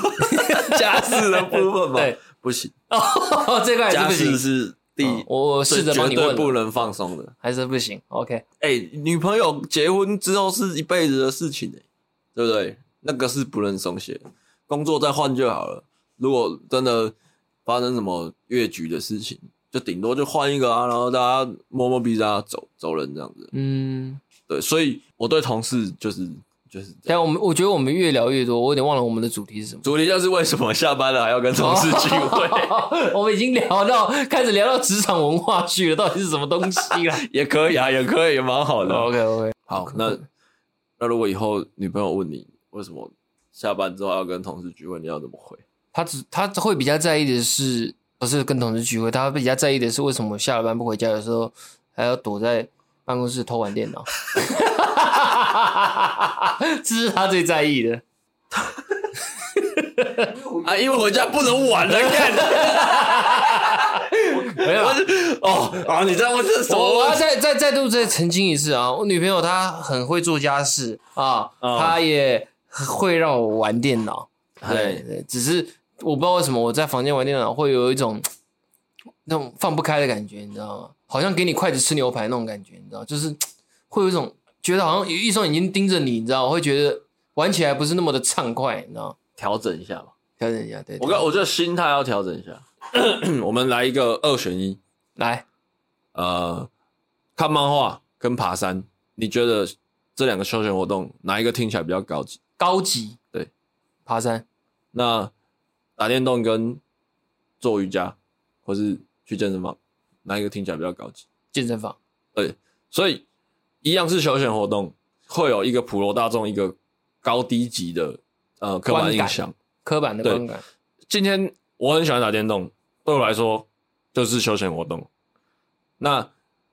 [SPEAKER 1] 家事的部分 [LAUGHS] 吗？
[SPEAKER 2] 对，
[SPEAKER 1] 不行，
[SPEAKER 2] 哦，这块
[SPEAKER 1] 家
[SPEAKER 2] 还是
[SPEAKER 1] 事
[SPEAKER 2] 不行，
[SPEAKER 1] 是第
[SPEAKER 2] 嗯我我试着
[SPEAKER 1] 最
[SPEAKER 2] 帮
[SPEAKER 1] 绝
[SPEAKER 2] 你
[SPEAKER 1] 对
[SPEAKER 2] 问
[SPEAKER 1] 不
[SPEAKER 2] 了，
[SPEAKER 1] 能放松的。
[SPEAKER 2] 还是不行。OK，
[SPEAKER 1] 哎、女朋友结婚之后是一辈子的事情、欸，对不对？那个是不能松懈的，工作再换就好了。如果真的发生什么越局的事情，就顶多就换一个啊，然后大家摸摸鼻子啊，走走人这样子。
[SPEAKER 2] 嗯，
[SPEAKER 1] 对，所以我对同事就是就是这
[SPEAKER 2] [LAUGHS]
[SPEAKER 1] 样。
[SPEAKER 2] 但我们我觉得我们越聊越多，我有点忘了我们的主题是什么。 [LAUGHS]
[SPEAKER 1] 主题就是为什么下班了还要跟同事聚会，
[SPEAKER 2] 我们已经聊到开始聊到职场文化去了，到底是什么东西
[SPEAKER 1] [LAUGHS]
[SPEAKER 2] 啦
[SPEAKER 1] 也可以啊，也可以，也蛮好的。
[SPEAKER 2] ？OK OK，
[SPEAKER 1] 好，那那如果以后女朋友问你为什么下班之后要跟同事聚会，你要怎么回？
[SPEAKER 2] 他只他会比较在意的是，不是跟同事聚会，他比较在意的是为什么我下了班不回家，有时候还要躲在办公室偷玩电脑。 [LAUGHS]
[SPEAKER 1] [LAUGHS]
[SPEAKER 2] 这是他最在意的。
[SPEAKER 1] 啊，因为回家不能玩了， [LAUGHS] 看。
[SPEAKER 2] 没有啊，
[SPEAKER 1] 哦啊，你这样问这是什
[SPEAKER 2] 我
[SPEAKER 1] 么
[SPEAKER 2] 我要
[SPEAKER 1] 问题？
[SPEAKER 2] 再再再度再澄清一次啊，我女朋友她很会做家事啊，
[SPEAKER 1] 嗯
[SPEAKER 2] 她也会让我玩电脑。对
[SPEAKER 1] 对，
[SPEAKER 2] 对，只是我不知道为什么我在房间玩电脑会有一种那种放不开的感觉，你知道吗？好像给你筷子吃牛排那种感觉，你知道吗，就是会有一种觉得好像有一双眼睛盯着你，你知道吗，会觉得玩起来不是那么的畅快，你知道吗。
[SPEAKER 1] 调整一下吧。
[SPEAKER 2] 调整一下，对，
[SPEAKER 1] 我
[SPEAKER 2] 对
[SPEAKER 1] 跟我觉得心态要调整一下。 [COUGHS] 我们来一个二选一，
[SPEAKER 2] 来，
[SPEAKER 1] 呃，看漫画跟爬山，你觉得这两个休闲活动哪一个听起来比较高级？
[SPEAKER 2] 高级
[SPEAKER 1] 对，
[SPEAKER 2] 爬山
[SPEAKER 1] 那打电动跟做瑜伽，或是去健身房，哪一个听起来比较高级？
[SPEAKER 2] 健身房，
[SPEAKER 1] 所以一样是休闲活动，会有一个普罗大众一个高低级的呃刻板印象。
[SPEAKER 2] 刻板的
[SPEAKER 1] 对
[SPEAKER 2] 观感，
[SPEAKER 1] 今天我很喜欢打电动，对我来说就是休闲活动。那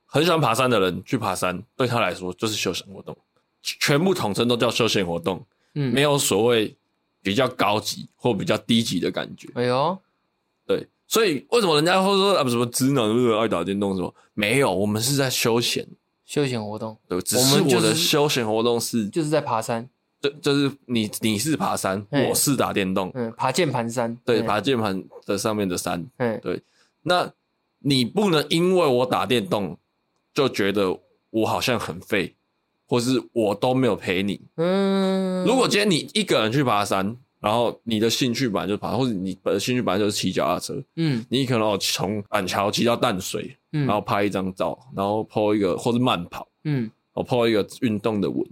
[SPEAKER 1] 很喜欢爬山的人去爬山，对他来说就是休闲活动。全部统称都叫休闲活动，
[SPEAKER 2] 嗯，
[SPEAKER 1] 没
[SPEAKER 2] 有，
[SPEAKER 1] 有所谓比较高级或比较低级的感觉。
[SPEAKER 2] 哎呦，
[SPEAKER 1] 对，所以为什么人家会说啊什么直男是不是爱打电动什么？没有，我们是在休闲，
[SPEAKER 2] 休闲活动
[SPEAKER 1] 对，只
[SPEAKER 2] 我
[SPEAKER 1] 是
[SPEAKER 2] 们就
[SPEAKER 1] 我的
[SPEAKER 2] 是
[SPEAKER 1] 休闲活动是
[SPEAKER 2] 就是在爬山，
[SPEAKER 1] 就就是你你是爬山，
[SPEAKER 2] 嗯
[SPEAKER 1] 我是打电动，
[SPEAKER 2] 嗯，爬键盘山，
[SPEAKER 1] 对，
[SPEAKER 2] 嗯
[SPEAKER 1] 爬，键盘的上面的山。
[SPEAKER 2] 嗯，
[SPEAKER 1] 那你不能因为我打电动就觉得我好像很废，或是我都没有陪你。
[SPEAKER 2] 嗯，
[SPEAKER 1] 如果今天你一个人去爬山，然后你的兴趣本来就是爬，或者你本兴趣本来就是骑脚踏车，
[SPEAKER 2] 嗯
[SPEAKER 1] 你可能哦从板桥骑到淡水，
[SPEAKER 2] 嗯，
[SPEAKER 1] 然后拍一张照，然后 PO 一个或是慢跑，
[SPEAKER 2] 嗯，
[SPEAKER 1] 我 PO 一个运动的文，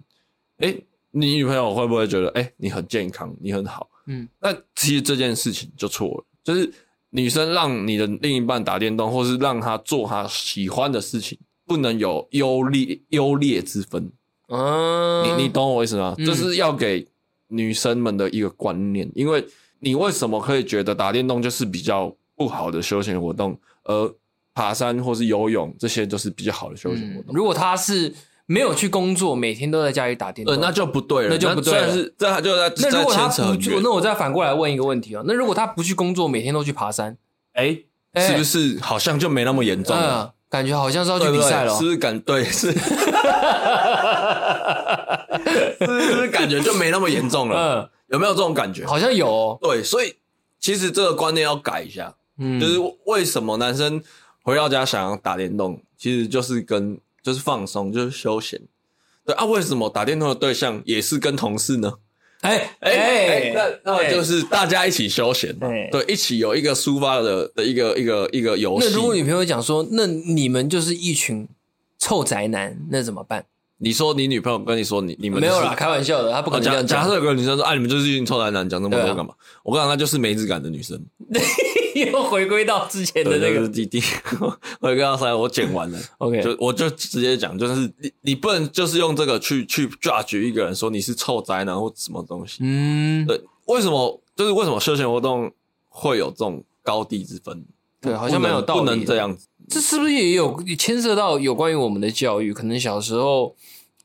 [SPEAKER 1] 哎，你女朋友会不会觉得哎你很健康，你很好？
[SPEAKER 2] 嗯，
[SPEAKER 1] 那其实这件事情就错了，就是女生让你的另一半打电动，或是让她做她喜欢的事情，不能有优劣优劣之分。
[SPEAKER 2] 嗯，
[SPEAKER 1] 你你懂我意思吗？
[SPEAKER 2] 嗯
[SPEAKER 1] 就是要给女生们的一个观念，因为你为什么可以觉得打电动就是比较不好的休闲活动，而爬山或是游泳这些就是比较好的休闲活
[SPEAKER 2] 嗯
[SPEAKER 1] 动？
[SPEAKER 2] 如果他是没有去工作，每天都在家里打电
[SPEAKER 1] 对，
[SPEAKER 2] 动，
[SPEAKER 1] 呃那就不对了，
[SPEAKER 2] 那就不对了
[SPEAKER 1] 虽然是这还就在
[SPEAKER 2] 那如果
[SPEAKER 1] 在
[SPEAKER 2] 他
[SPEAKER 1] 牵扯
[SPEAKER 2] 不
[SPEAKER 1] 很
[SPEAKER 2] 去，
[SPEAKER 1] 远
[SPEAKER 2] 那我再反过来问一个问题哦，那如果他不去工作，每天都去爬山，
[SPEAKER 1] 哎，
[SPEAKER 2] 哎
[SPEAKER 1] 是不是好像就没那么严重了？
[SPEAKER 2] 嗯，感觉好像是要
[SPEAKER 1] 对
[SPEAKER 2] 去
[SPEAKER 1] 不
[SPEAKER 2] 比
[SPEAKER 1] 对
[SPEAKER 2] 赛了
[SPEAKER 1] 是，不是感对 [LAUGHS] 是？是不是感觉就没那么严重了？
[SPEAKER 2] 嗯，
[SPEAKER 1] 有没有这种感觉？
[SPEAKER 2] 好像有哦，
[SPEAKER 1] 对，所以其实这个观念要改一下，
[SPEAKER 2] 嗯，
[SPEAKER 1] 就是为什么男生回到家想要打电动，其实就是跟就是放松，就是休闲。对啊，为什么打电动的对象也是跟同事呢？
[SPEAKER 2] 哎
[SPEAKER 1] 哎、哎，
[SPEAKER 2] 哎，
[SPEAKER 1] 那那就是大家一起休闲嘛
[SPEAKER 2] 哎，
[SPEAKER 1] 对，一起有一个抒发的的一个一个一个游戏。
[SPEAKER 2] 那如果女朋友讲说，那你们就是一群臭宅男，那怎么办？
[SPEAKER 1] 你说你女朋友跟你说你你们
[SPEAKER 2] 没有啦，
[SPEAKER 1] 就是，
[SPEAKER 2] 开玩笑的，他不可
[SPEAKER 1] 哦
[SPEAKER 2] 能这
[SPEAKER 1] 假
[SPEAKER 2] 样
[SPEAKER 1] 假
[SPEAKER 2] 讲。
[SPEAKER 1] 设有个女生说，哎、你们就是一群臭男男，讲这么
[SPEAKER 2] 对
[SPEAKER 1] 多
[SPEAKER 2] 啊
[SPEAKER 1] 干嘛？我跟你讲，她就是没质感的女生。
[SPEAKER 2] [LAUGHS] 又回归到之前的哎那
[SPEAKER 1] 对，这
[SPEAKER 2] 个
[SPEAKER 1] 是弟弟， [LAUGHS] 我跟她说我剪完了，
[SPEAKER 2] [LAUGHS] OK，
[SPEAKER 1] 就我就直接讲，就是你你不能就是用这个去去 judge 一个人说你是臭宅男或什么东西。
[SPEAKER 2] 嗯，
[SPEAKER 1] 对，为什么就是为什么休闲活动会有这种高低之分？
[SPEAKER 2] 对，好像蛮有道理
[SPEAKER 1] 不
[SPEAKER 2] 的。
[SPEAKER 1] 能，不能这样子。
[SPEAKER 2] 这是不是也有牵涉到有关于我们的教育？可能小时候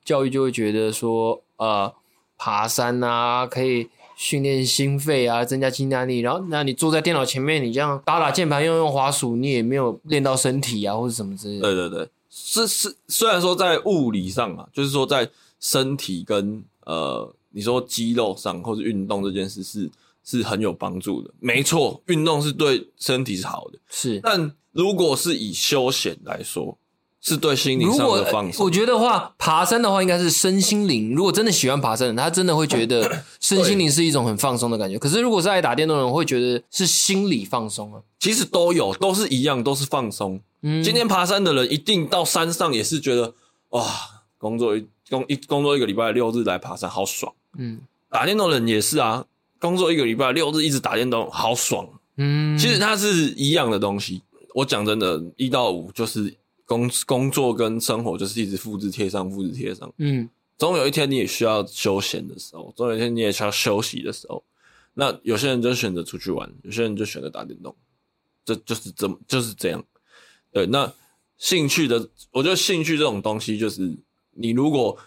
[SPEAKER 2] 教育就会觉得说，呃，爬山啊，可以训练心肺啊，增加肌耐力。然后，那你坐在电脑前面，你这样打打键盘，用用滑鼠，你也没有练到身体啊，或者什么之类的。
[SPEAKER 1] 对对对，是是，虽然说在物理上啊，就是说在身体跟呃，你说肌肉上或是运动这件事是是很有帮助的，没错，运动是对身体是好的，
[SPEAKER 2] 是，
[SPEAKER 1] 但如果是以休闲来说，是对心灵
[SPEAKER 2] 如
[SPEAKER 1] 上
[SPEAKER 2] 果呃
[SPEAKER 1] 的放
[SPEAKER 2] 我
[SPEAKER 1] 松。
[SPEAKER 2] 觉得话，爬山的话应该是身心灵。如果真的喜欢爬山的人，他真的会
[SPEAKER 1] [CLEARS THROAT]
[SPEAKER 2] 觉得身心灵是一种很放松的感觉。可是如果是爱打电动的人，会觉得是心理放松啊。
[SPEAKER 1] 其实都有，都是一样，都是放松。
[SPEAKER 2] 嗯，
[SPEAKER 1] 今天爬山的人一定到山上也是觉得哇，工作一工一工作一个礼拜六日来爬山好爽。
[SPEAKER 2] 嗯
[SPEAKER 1] 打电动的人也是啊，工作一个礼拜六日一直打电动好爽。
[SPEAKER 2] 嗯，
[SPEAKER 1] 其实它是一样的东西。我讲真的，一到五就是工工作跟生活就是一直复制贴上，复制贴上。
[SPEAKER 2] 嗯
[SPEAKER 1] 总有一天你也需要休闲的时候，总有一天你也需要休息的时候。那有些人就选择出去玩，有些人就选择打电动，这就是这么就是这样。对，那兴趣的，我觉得兴趣这种东西，就是你如果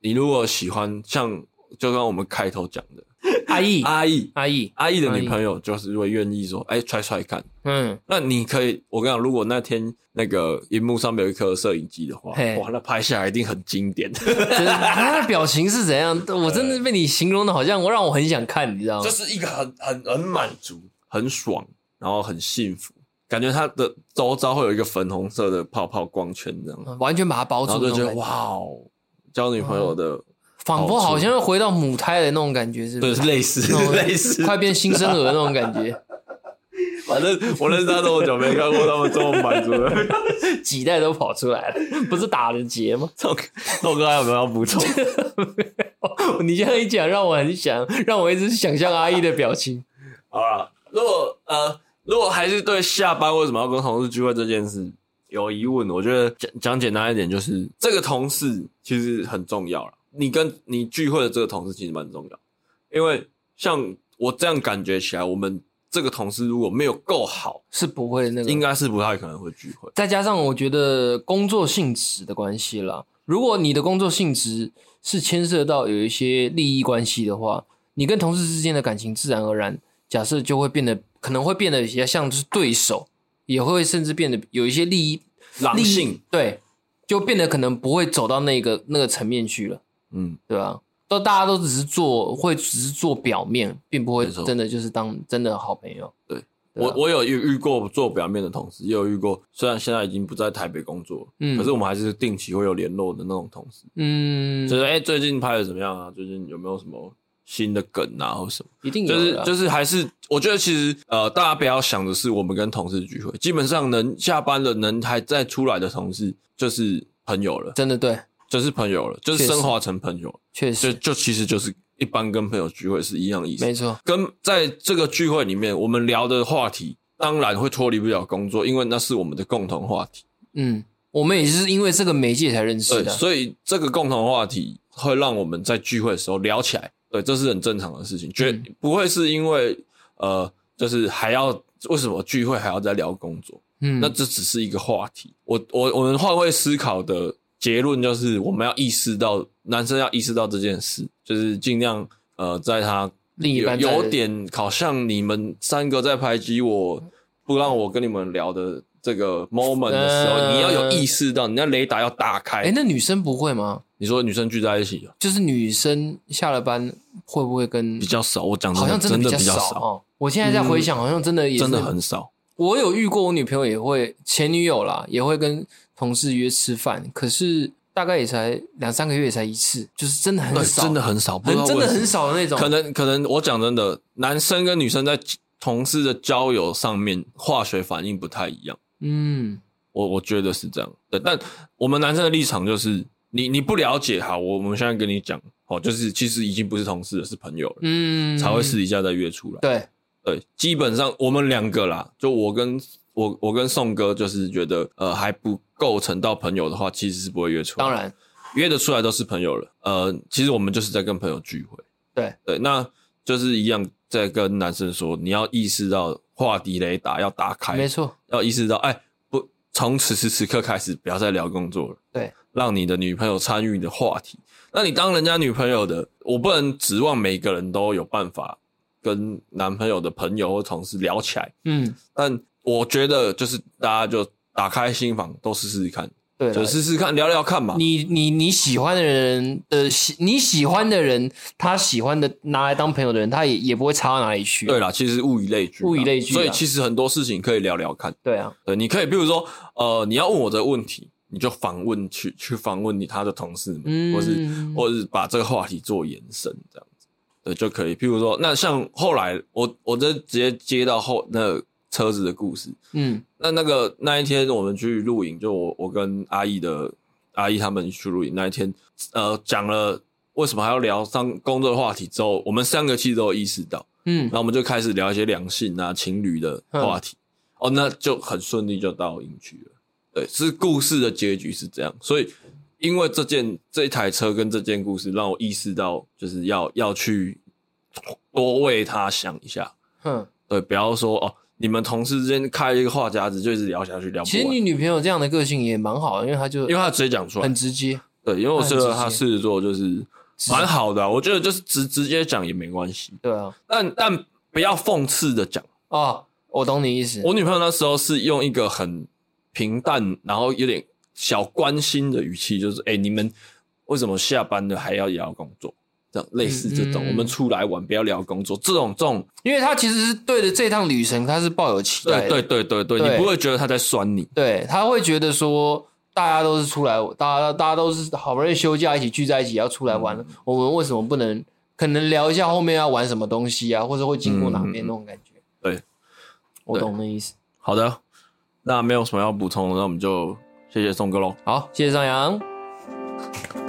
[SPEAKER 1] 你如果喜欢，像就刚刚我们开头讲的，
[SPEAKER 2] 阿义
[SPEAKER 1] 阿义
[SPEAKER 2] 阿义，
[SPEAKER 1] 阿义的
[SPEAKER 2] 阿
[SPEAKER 1] 女
[SPEAKER 2] 义
[SPEAKER 1] 朋友就是会愿意说，哎、揣揣看。
[SPEAKER 2] 嗯，
[SPEAKER 1] 那你可以，我跟你讲，如果那天那个荧幕上面有一颗摄影机的话，
[SPEAKER 2] 嘿
[SPEAKER 1] 哇，那拍下来一定很经典。
[SPEAKER 2] 真的他的啊表情是怎样？我真的被你形容的好像我让我很想看，你知道
[SPEAKER 1] [LAUGHS]
[SPEAKER 2] 吗
[SPEAKER 1] 就？是一个很很很满足、很爽，然后很幸福，感觉它的周遭会有一个粉红色的泡泡光圈这样，
[SPEAKER 2] 嗯完全把它包
[SPEAKER 1] 然
[SPEAKER 2] 住
[SPEAKER 1] 后就
[SPEAKER 2] 那种
[SPEAKER 1] 觉
[SPEAKER 2] 感
[SPEAKER 1] 得
[SPEAKER 2] 觉，哦
[SPEAKER 1] 哇哦，交女朋友的，
[SPEAKER 2] 仿佛好像又回到母胎的那种感觉，是不
[SPEAKER 1] 对，
[SPEAKER 2] 是？
[SPEAKER 1] [LAUGHS] 类似
[SPEAKER 2] 那种
[SPEAKER 1] 类似，
[SPEAKER 2] 快变新生儿的那种感觉。
[SPEAKER 1] 反正我认识他这么久，没看过他们这么满足的。
[SPEAKER 2] [LAUGHS] 几代都跑出来了，不是打了结吗？
[SPEAKER 1] 豆哥，豆哥还有没有要补充？
[SPEAKER 2] [LAUGHS] 你这样一讲，让我很想，让我一直想象阿姨的表情。
[SPEAKER 1] 好了，如果呃，如果还是对下班为什么要跟同事聚会这件事有疑问，我觉得讲讲简单一点，就是这个同事其实很重要了。你跟你聚会的这个同事其实蛮重要，因为像我这样感觉起来，我们这个同事如果没有够好，
[SPEAKER 2] [LAUGHS] 是不会那个，
[SPEAKER 1] 应该是不太可能会聚会。
[SPEAKER 2] 再加上我觉得工作性质的关系啦，如果你的工作性质是牵涉到有一些利益关系的话，你跟同事之间的感情自然而然，假设就会变得可能会变得比较像是对手，也会甚至变得有一些利益
[SPEAKER 1] 狼
[SPEAKER 2] 利益
[SPEAKER 1] 性，
[SPEAKER 2] 对，就变得可能不会走到那个那个层面去了，
[SPEAKER 1] 嗯，
[SPEAKER 2] 对吧、都大家都只是做，会只是做表面，并不会
[SPEAKER 1] 没错
[SPEAKER 2] 真的就是当真的好朋友。
[SPEAKER 1] 对
[SPEAKER 2] 对啊
[SPEAKER 1] 我我有遇遇过做表面的同事，也有遇过，虽然现在已经不在台北工作，
[SPEAKER 2] 嗯
[SPEAKER 1] 可是我们还是定期会有联络的那种同事。
[SPEAKER 2] 嗯，
[SPEAKER 1] 就是哎、欸最近拍的怎么样啊？最近有没有什么新的梗啊，或什么？
[SPEAKER 2] 一定有
[SPEAKER 1] 就是
[SPEAKER 2] 的啊
[SPEAKER 1] 就是还是，我觉得其实呃，大家不要想的是我们跟同事聚会，基本上能下班了能还再出来的同事就是朋友了，
[SPEAKER 2] 真的对，
[SPEAKER 1] 就是朋友了，就是
[SPEAKER 2] 确实
[SPEAKER 1] 升华成朋友，
[SPEAKER 2] 确
[SPEAKER 1] 就
[SPEAKER 2] 实
[SPEAKER 1] 就其实就是一般跟朋友聚会是一样的意思
[SPEAKER 2] 没。错，
[SPEAKER 1] 跟在这个聚会里面，我们聊的话题当然会脱离不了工作，因为那是我们的共同话题。
[SPEAKER 2] 嗯，我们也是因为这个媒介才认识
[SPEAKER 1] 对，
[SPEAKER 2] 的，
[SPEAKER 1] 所以这个共同话题会让我们在聚会的时候聊起来，对，这是很正常的事情，绝
[SPEAKER 2] 嗯
[SPEAKER 1] 不会是因为呃，就是还要为什么聚会还要再聊工作？
[SPEAKER 2] 嗯，
[SPEAKER 1] 那这只是一个话题。我我我们换位思考的结论就是，我们要意识到男生要意识到这件事，就是尽量呃，在他
[SPEAKER 2] 另一
[SPEAKER 1] 有
[SPEAKER 2] 半在
[SPEAKER 1] 有点好像你们三个在排挤我，不让我跟你们聊的。这个 moment 的时候，
[SPEAKER 2] 嗯
[SPEAKER 1] 你要有意识到，你那雷达要打开。
[SPEAKER 2] 哎、那女生不会吗？
[SPEAKER 1] 你说女生聚在一起哦
[SPEAKER 2] 就是女生下了班会不会跟
[SPEAKER 1] 比较少，我讲
[SPEAKER 2] 好像
[SPEAKER 1] 真
[SPEAKER 2] 的
[SPEAKER 1] 的
[SPEAKER 2] 较
[SPEAKER 1] 比较嗯
[SPEAKER 2] 少，哦。我现在在回想，好像真的也是
[SPEAKER 1] 真的很少。
[SPEAKER 2] 我有遇过，我女朋友也会，前女友啦，也会跟同事约吃饭，可是大概也才两三个月才一次，就是真的很
[SPEAKER 1] 对，
[SPEAKER 2] 少，
[SPEAKER 1] 真的很少，不知道
[SPEAKER 2] 很真的
[SPEAKER 1] 为什么
[SPEAKER 2] 很。少哦的那种。
[SPEAKER 1] 可能可能，我讲真的，男生跟女生在同事的交友上面化学反应不太一样，
[SPEAKER 2] 嗯，
[SPEAKER 1] 我我觉得是这样。对，但我们男生的立场就是，你你不了解，好，我我们现在跟你讲，哦，就是其实已经不是同事了，是朋友了，
[SPEAKER 2] 嗯，
[SPEAKER 1] 才会私底下再约出来。
[SPEAKER 2] 对，
[SPEAKER 1] 对，基本上我们两个啦，就我跟我我跟宋哥，就是觉得呃还不构成到朋友的话，其实是不会约出来。
[SPEAKER 2] 当，然
[SPEAKER 1] 约得出来都是朋友了。呃，其实我们就是在跟朋友聚会。
[SPEAKER 2] 对
[SPEAKER 1] 对，那就是一样在跟男生说，你要意识到话题雷达要打
[SPEAKER 2] 没
[SPEAKER 1] 开，
[SPEAKER 2] 错，
[SPEAKER 1] 要意识到，哎，不，从此时此刻开始不要再聊工作了。
[SPEAKER 2] 对，
[SPEAKER 1] 让你的女朋友参与你的话题。那你当人家女朋友的，我不能指望每个人都有办法跟男朋友的朋友或同事聊起来，
[SPEAKER 2] 嗯，
[SPEAKER 1] 但我觉得就是大家就打开心房，都试试看，
[SPEAKER 2] 对啦，
[SPEAKER 1] 就试试看，聊聊看嘛。
[SPEAKER 2] 你你你喜欢的人的喜你喜欢的人，他喜欢的拿来当朋友的人，他也也不会差到哪里去。
[SPEAKER 1] 对啦，其实物以类聚啦，
[SPEAKER 2] 物以类聚啦
[SPEAKER 1] 所以其实很多事情可以聊聊看。
[SPEAKER 2] 对啊，
[SPEAKER 1] 对，你可以，比如说，呃，你要问我的问题，你就访问去去访问你他的同事们，
[SPEAKER 2] 嗯
[SPEAKER 1] 或是或是把这个话题做延伸，这样子，对就可以。譬如说，那像后来我我这直接接到后那个车子的故事，
[SPEAKER 2] 嗯
[SPEAKER 1] 那那个那一天我们去露营，就我我跟阿义的阿义他们去露营那一天，呃，讲了为什么还要聊上工作的话题之后，我们三个其实都有意识到。
[SPEAKER 2] 嗯
[SPEAKER 1] 然，后我们就开始聊一些两性啊、情侣的话题。哦，那就很顺利就到营区了。对，是故事的结局是这样，所以因为这件这台车跟这件故事，让我意识到就是要要去多为他想一下。
[SPEAKER 2] 哼，
[SPEAKER 1] 对，不要说哦，你们同事之间开一个话匣子，就一直聊下去，聊不
[SPEAKER 2] 其实
[SPEAKER 1] 完，
[SPEAKER 2] 你
[SPEAKER 1] 因
[SPEAKER 2] 女朋友这样的个性也蛮好的，因为她就
[SPEAKER 1] 为他直接讲出来
[SPEAKER 2] 很。直接，
[SPEAKER 1] 对，因为我觉得
[SPEAKER 2] 他
[SPEAKER 1] 他
[SPEAKER 2] 很直接
[SPEAKER 1] 狮子座就是蛮好的啊、我觉得就是直直接讲也没关系，
[SPEAKER 2] 对啊，
[SPEAKER 1] 但但不要讽刺的讲。
[SPEAKER 2] 哦，我懂你意思，
[SPEAKER 1] 我女朋友那时候是用一个很平淡，然后有点小关心的语气，就是哎、欸你们为什么下班了还要聊工作？这样类似这种，
[SPEAKER 2] 嗯嗯
[SPEAKER 1] 我们出来玩不要聊工作，这种这种，
[SPEAKER 2] 因为她其实是对着这趟旅程，她是抱有期待
[SPEAKER 1] 对
[SPEAKER 2] 的，
[SPEAKER 1] 对对对对，
[SPEAKER 2] 对
[SPEAKER 1] 你不会觉得他在酸你，
[SPEAKER 2] 对，她会觉得说。大家都是出来，大家大家都是好不容易休假一起聚在一起要出来玩
[SPEAKER 1] 嗯
[SPEAKER 2] 了，我们为什么不能可能聊一下后面要玩什么东西啊，或者会经过哪
[SPEAKER 1] 嗯嗯
[SPEAKER 2] 边
[SPEAKER 1] 嗯
[SPEAKER 2] 那种感觉？我
[SPEAKER 1] 对
[SPEAKER 2] 懂那意思。
[SPEAKER 1] 好的，那没有什么要补充的，那我们就谢谢宋哥喽。
[SPEAKER 2] 好，谢谢张扬。